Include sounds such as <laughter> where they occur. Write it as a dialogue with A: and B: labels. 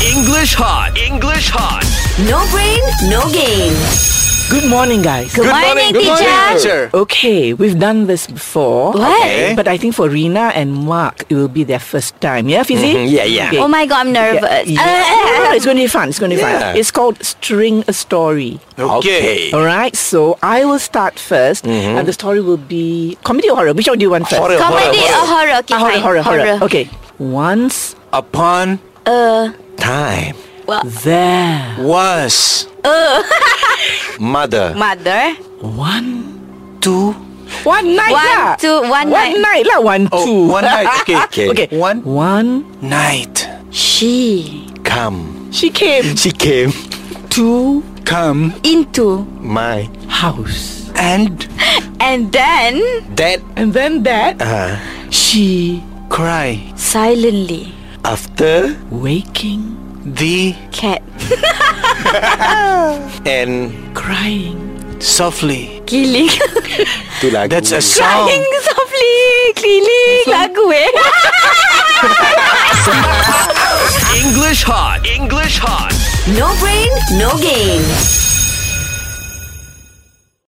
A: English hot. English hot.
B: No brain, no game.
C: Good morning, guys.
B: Good, morning,
A: Good
B: teacher.
A: morning, teacher.
C: Okay, we've done this before.
B: What?
A: Okay.
C: But I think for Rina and Mark, it will be their first time. Yeah, Fizzy?
A: Mhm, yeah, yeah.
B: Oh my god, Uh, I'm nervous.
C: Yeah, yeah.
B: <laughs>
C: No, no, it's going to be fun. It's going to be fun.
A: Yeah.
C: It's called String a Story.
A: Okay.
C: All right, so I will start 1st and the story will be comedy or horror. Which one do you want first?
A: Horror,
B: comedy or
A: horror,
B: Oh, horror? Okay,
C: Ah, horror,
B: fine.
C: horror, horror, Okay. Once
A: Upon time
C: there
A: was mother
B: Mother.
C: one
A: to
C: one night
B: One,
C: lah.
B: two, one night.
C: one night lah. One
A: Oh,
C: two
A: one night. Okay, <laughs> okay.
C: okay.
A: One-
C: one.
A: night
B: She
A: come.
C: She came
A: She came
C: to
A: come
B: into
A: my
C: house.
A: and
B: and then
A: that
C: And then that
B: Uh-huh.
A: uh,
C: she
A: cry
B: silently
A: after
C: waking,
A: the
B: cat
A: and
C: crying,
A: softly.
B: killing <laughs>
A: Tu lagu. That's a song.
B: crying softly killing lagu eh.
A: English hot. English hot.
B: No brain, no game.